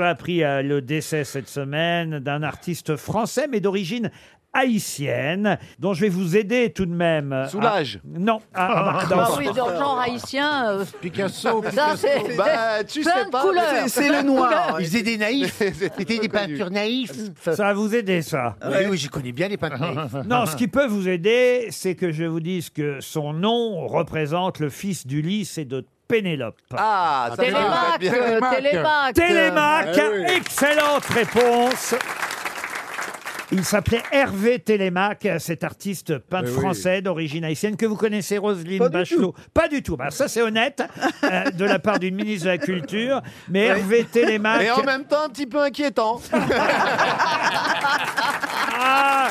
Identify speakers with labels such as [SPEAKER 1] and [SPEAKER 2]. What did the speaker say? [SPEAKER 1] a appris euh, le décès cette semaine d'un artiste français, mais d'origine haïtienne, dont je vais vous aider tout de même. euh, à-
[SPEAKER 2] Soulage.
[SPEAKER 1] Non. à- à- dans-
[SPEAKER 3] Ah oui, dans le genre haïtien. euh,
[SPEAKER 2] Picasso,
[SPEAKER 3] Ça, c'est-
[SPEAKER 2] Bah, tu
[SPEAKER 3] plein
[SPEAKER 2] sais
[SPEAKER 3] de
[SPEAKER 2] pas.
[SPEAKER 3] couleurs.
[SPEAKER 2] mais
[SPEAKER 4] C'est le noir.
[SPEAKER 5] Ils faisaient des naïfs.
[SPEAKER 2] c'est- c'est peu
[SPEAKER 5] C'était des
[SPEAKER 2] connu.
[SPEAKER 5] peintures naïfs.
[SPEAKER 1] Ça va vous aider, ça.
[SPEAKER 5] Oui, oui, je connais bien les peintures naïfs.
[SPEAKER 1] Non, ce qui peut vous aider, c'est que je vous dise que son nom représente le fils d'Ulysse et de Pénélope.
[SPEAKER 2] Ah, ça va
[SPEAKER 3] Télémaque,
[SPEAKER 2] bien.
[SPEAKER 3] euh, Télémaque.
[SPEAKER 1] Télémaque,
[SPEAKER 2] Ah oui.
[SPEAKER 1] excellente réponse. Il s'appelait Hervé Télémaque, cet artiste peintre
[SPEAKER 2] Eh oui.
[SPEAKER 1] français d'origine haïtienne que vous connaissez, Roselyne Bachelot. Pas du tout. Bah, ça, c'est honnête euh, de la part d'une ministre de la Culture. Mais Hervé Télémaque.
[SPEAKER 2] Et en même temps, un petit peu inquiétant.
[SPEAKER 1] Ah,